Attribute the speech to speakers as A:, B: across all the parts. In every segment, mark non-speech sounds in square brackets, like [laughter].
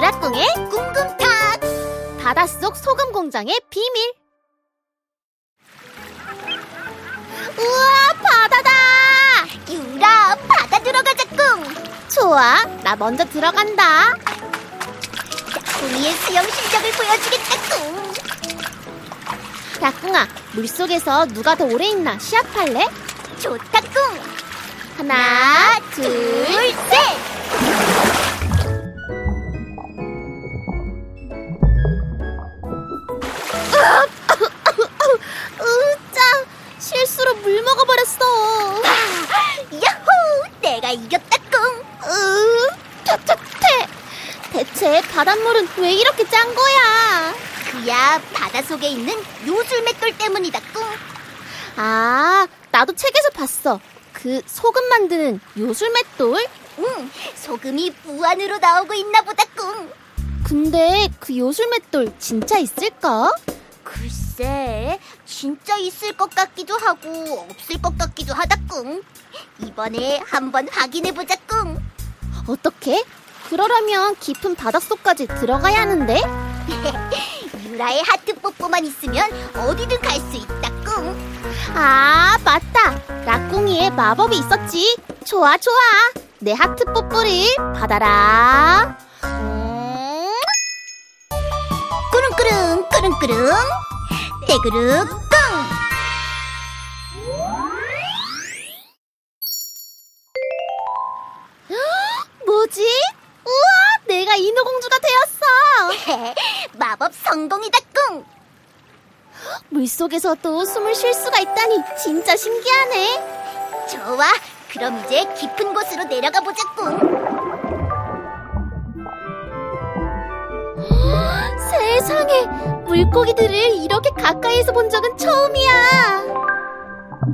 A: 성공의 궁금탁 바닷속 소금 공장의 비밀 우와 바다다 유라 바다 들어가자 꿍 좋아 나 먼저 들어간다 꿍이의 수영 실력을 보여주겠다 꿍 라꿍아 물속에서 누가 더 오래 있나 시합할래? 좋다 꿍 하나 둘셋 어, 으짜 실수로 물 먹어버렸어 야호 내가 이겼다 꿍 으, 퇴퇴퇴 대체 바닷물은 왜 이렇게 짠 거야 그야 바닷속에 있는 요술 맷돌 때문이다 꿍 아, 나도 책에서 봤어. 그 소금 만드는 요술 맷돌? 응, 소금이 무한으로 나오고 있나 보다, 꿍. 근데 그 요술 맷돌 진짜 있을까? 글쎄, 진짜 있을 것 같기도 하고 없을 것 같기도 하다, 꿍. 이번에 한번 확인해 보자, 꿍. 어떻게? 그러려면 깊은 바닷속까지 들어가야 하는데? [laughs] 유라의 하트 뽀뽀만 있으면 어디든 갈 수 있다, 꿍. 아, 맞다. 라꿍이의 마법이 있었지. 좋아, 좋아. 내 하트 뽀뽀를 받아라. 음. 꾸릉꾸릉, 꾸릉꾸릉. 떼구르, 꿍. [gasps] 뭐지? 우와, 내가 인어공주가 되었어. [laughs] 마법 성공이다, 꿍. [gasps] 물속에서도 숨을 쉴 수가 있다니 진짜 신기하네. 좋아. 그럼 이제 깊은 곳으로 내려가 보자꾸. 세상에 물고기들을 이렇게 가까이서 본 적은 처음이야.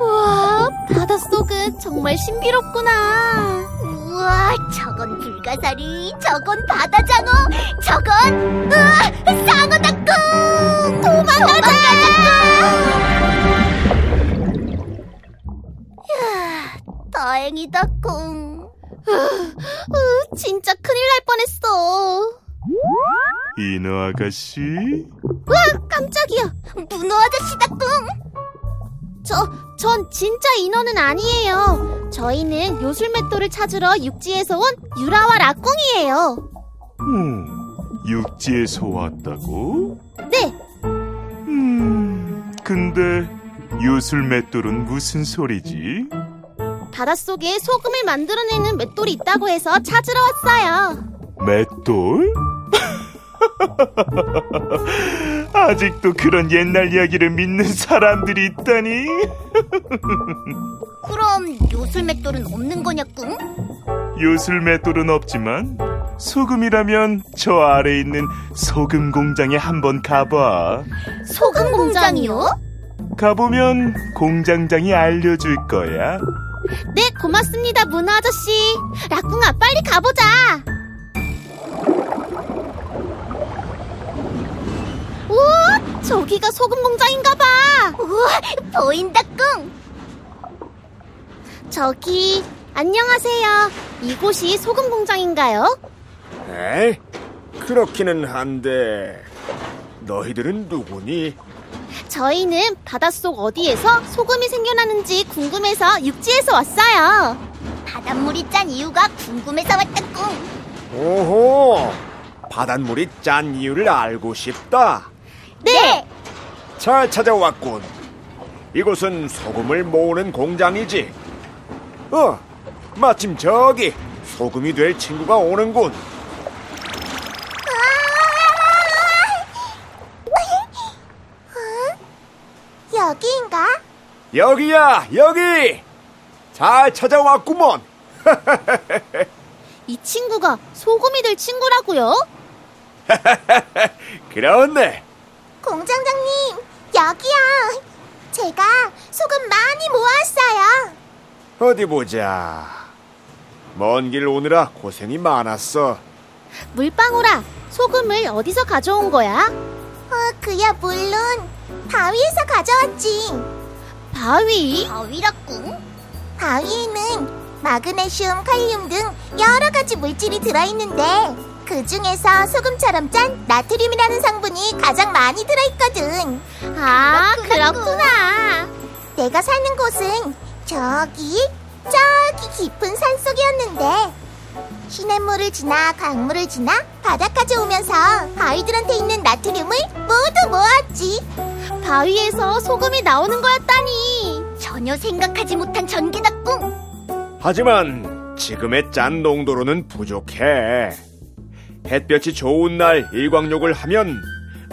A: 우와, 바닷속은 정말 신비롭구나. 우와, 저건 불가사리, 저건 바다장어, 저건 으아, 상어다꿍! 도망가자! 다행이다꿍. 아, 진짜 큰일 날 뻔했어.
B: 인어 아가씨?
A: 와, 깜짝이야. 문어 아저씨다, 꿍. 저, 전 진짜 인어는 아니에요. 저희는 요술맷돌을 찾으러 육지에서 온 유라와 라꿍이에요.
B: 음, 육지에서 왔다고?
A: 네,
B: 음, 근데 요술 맷돌은 무슨 소리지?
A: 바닷속에 소금을 만들어내는 맷돌이 있다고 해서 찾으러 왔어요.
B: 맷돌? [laughs] 아직도 그런 옛날 이야기를 믿는 사람들이 있다니?
A: 그럼 요술 맷돌은 없는 거냐꿍?
B: 요술 맷돌은 없지만 소금이라면 저 아래 있는 소금 공장에 한번 가봐.
A: 소금 공장이요?
B: 가보면 공장장이 알려줄 거야.
A: 네, 고맙습니다, 문어 아저씨. 라꿍아, 빨리 가보자. 우와, 저기가 소금 공장인가 봐. 우와, 보인다, 꿍. 저기, 안녕하세요. 이곳이 소금 공장인가요?
C: 에이, 그렇기는 한데 너희들은 누구니?
A: 저희는 바닷속 어디에서 소금이 생겨나는지 궁금해서 육지에서 왔어요. 바닷물이 짠 이유가 궁금해서 왔다꿍.
C: 오호, 바닷물이 짠 이유를 알고 싶다.
A: 네.
C: 잘 찾아왔군. 이곳은 소금을 모으는 공장이지. 어, 마침 저기 소금이 될 친구가 오는군.
A: 아! 어? 여기인가?
C: 여기야, 여기. 잘 찾아왔구먼. [laughs]
A: 이 친구가 소금이 될 친구라고요?
C: 그렇네.
A: 공장장님, 여기요. 제가 소금 많이 모았어요.
C: 어디 보자. 먼 길 오느라 고생이 많았어.
A: 물방울아, 소금을 어디서 가져온 거야? 어, 그야 물론 바위에서 가져왔지. 바위? 바위라고? 바위에는 마그네슘, 칼륨 등 여러 가지 물질이 들어있는데 그 중에서 소금처럼 짠 나트륨이라는 성분이 가장 많이 들어있거든. 아, 그렇구나. 내가 사는 곳은 저기, 저기 깊은 산 속이었는데, 시냇물을 지나 강물을 지나 바다까지 오면서 바위들한테 있는 나트륨을 모두 모았지. 바위에서 소금이 나오는 거였다니. 전혀 생각하지 못한 전기낙궁.
C: 하지만 지금의 짠 농도로는 부족해. 햇볕이 좋은 날 일광욕을 하면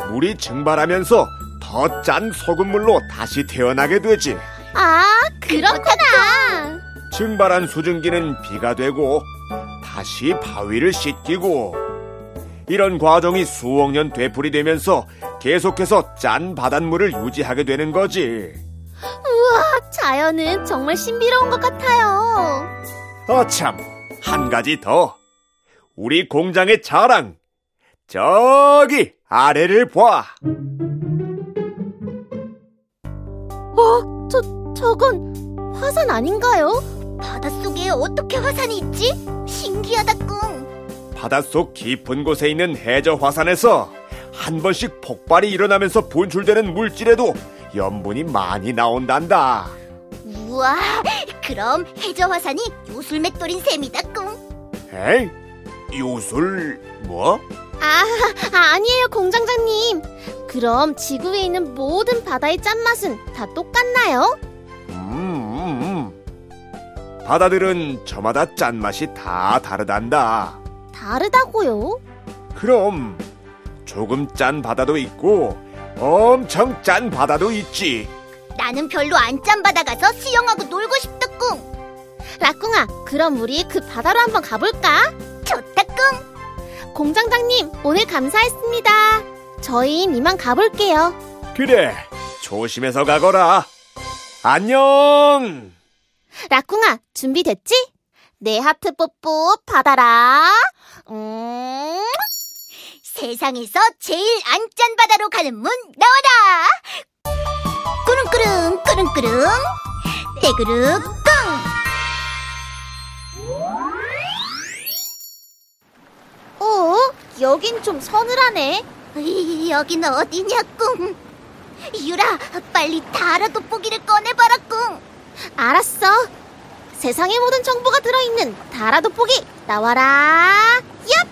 C: 물이 증발하면서 더 짠 소금물로 다시 태어나게 되지.
A: 아, 그렇구나.
C: 증발한 수증기는 비가 되고 다시 바위를 씻기고 이런 과정이 수억 년 되풀이되면서 계속해서 짠 바닷물을 유지하게 되는 거지.
A: 우와, 자연은 정말 신비로운 것 같아요.
C: 아참, 한 가지 더. 우리 공장의 자랑. 저기 아래를 봐.
A: 어, 저, 저건 화산 아닌가요? 바닷속에 어떻게 화산이 있지? 신기하다, 꿍.
C: 바닷속 깊은 곳에 있는 해저 화산에서 한 번씩 폭발이 일어나면서 분출되는 물질에도 염분이 많이 나온단다.
A: 우와, 그럼 해저 화산이 요술맷돌인 셈이다, 꿍.
C: 에이? 요술 뭐?
A: 아, 아니에요, 공장장님. 그럼 지구에 있는 모든 바다의 짠맛은 다 똑같나요?
C: 음, 음. 바다들은 저마다 짠맛이 다 다르단다.
A: 다르다고요?
C: 그럼 조금 짠 바다도 있고 엄청 짠 바다도 있지.
A: 나는 별로 안 짠 바다 가서 수영하고 놀고 싶다 꿍 라꿍아 그럼 우리 그 바다로 한번 가볼까? 좋다 꿍 공장장님 오늘 감사했습니다 저희는 이만 가볼게요
C: 그래, 조심해서 가거라. 안녕!
A: 라꿍아 준비됐지? 내 하트 뽀뽀 받아라 음... 세상에서 제일 안 짠 바다로 가는 문 나와라 꾸릉꾸릉 꾸릉꾸릉 떼구르 꿍 어? 여긴 좀 서늘하네. [laughs] 여긴 어디냐, 꿍? 유라, 빨리 달아 돋보기를 꺼내봐라, 꿍. 알았어. 세상의 모든 정보가 들어있는 달아 돋보기 나와라. 얍!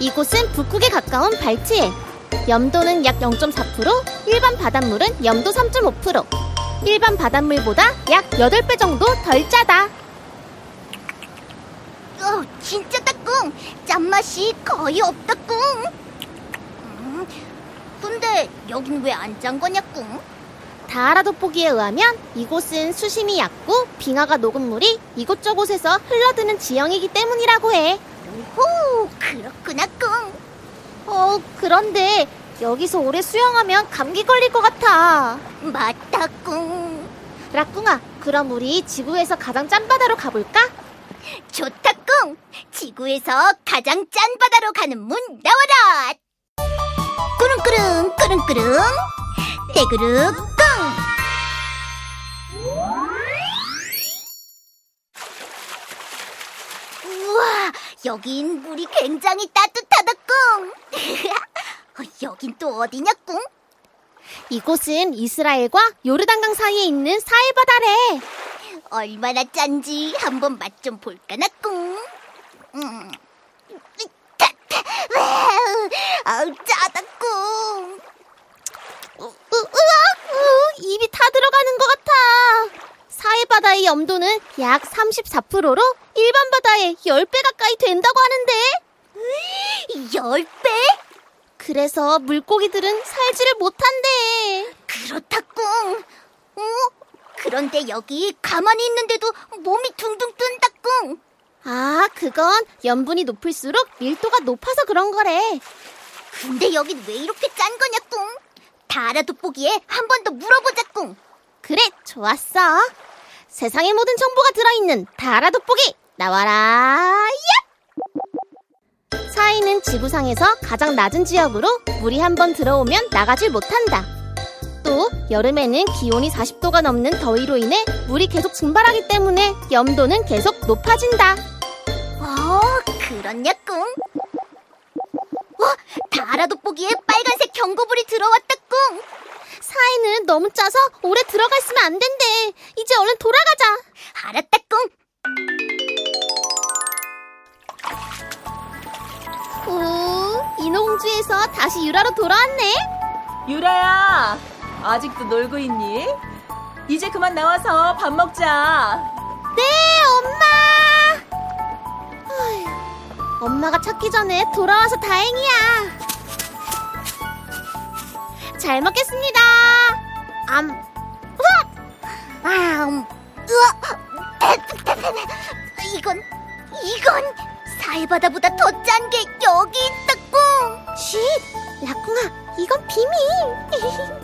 A: 이곳은 북극에 가까운 발트해. 염도는 약 0.4%, 일반 바닷물은 염도 3.5%. 일반 바닷물보다 약 8배 정도 덜 짜다. 어, 진짜 따꿍! 짠맛이 거의 없다꿍! 음, 근데 여긴 왜 안 짠 거냐꿍? 다하라 돋보기에 의하면 이곳은 수심이 얕고 빙하가 녹은 물이 이곳저곳에서 흘러드는 지형이기 때문이라고 해. 오호, 그렇구나꿍! 어, 그런데 여기서 오래 수영하면 감기 걸릴 것 같아. 맞다꿍. 라꿍아, 그럼 우리 지구에서 가장 짠 바다로 가볼까? 좋다 꿍! 지구에서 가장 짠 바다로 가는 문 나와라! 꾸릉꾸릉 꾸릉꾸릉 떼구르 꿍! 우와 여긴 물이 굉장히 따뜻하다 꿍! [laughs] 어, 여긴 또 어디냐 꿍? 이곳은 이스라엘과 요르단강 사이에 있는 사해바다래. 얼마나 짠지 한번 맛 좀 볼까나 꿍. 음. 으따, 따, 와우. 아우 짜다 꿍. 으, 으, 으악! 으, 입이 다 들어가는 것 같아. 사해바다의 염도는 약 34%로 일반 바다의 10배 가까이 된다고 하는데. 10배? 그래서 물고기들은 살지를 못한대. 그렇다꿍. 어? 그런데 여기 가만히 있는데도 몸이 둥둥 뜬다꿍. 아, 그건 염분이 높을수록 밀도가 높아서 그런 거래. 근데 여긴 왜 이렇게 짠 거냐꿍? 다알아 돋보기에 한 번 더 물어보자꿍. 그래, 좋았어. 세상의 모든 정보가 들어있는 다알아 돋보기 나와라. 야! 사이는 지구상에서 가장 낮은 지역으로 물이 한 번 들어오면 나가질 못한다. 또 여름에는 기온이 40도가 넘는 더위로 인해 물이 계속 증발하기 때문에 염도는 계속 높아진다. 어, 그렇냐꿍? 와, 다라돋보기에 빨간색 경고불이 들어왔다꿍! 사이는 너무 짜서 오래 들어가 있으면 안 된대. 이제 얼른 돌아가자. 알았다꿍. 오, 인어공주에서 다시 유라로 돌아왔네.
D: 유라야, 아직도 놀고 있니? 이제 그만 나와서 밥 먹자.
A: 네, 엄마. 아휴, 엄마가 찾기 전에 돌아와서 다행이야. 잘 먹겠습니다. 암, 으악! 아, 음, 으악! 에, 이건, 이건 사이바다보다 더 짠 게 여기 있다꿍. 쉿, 라꿍아, 이건 비밀. [laughs]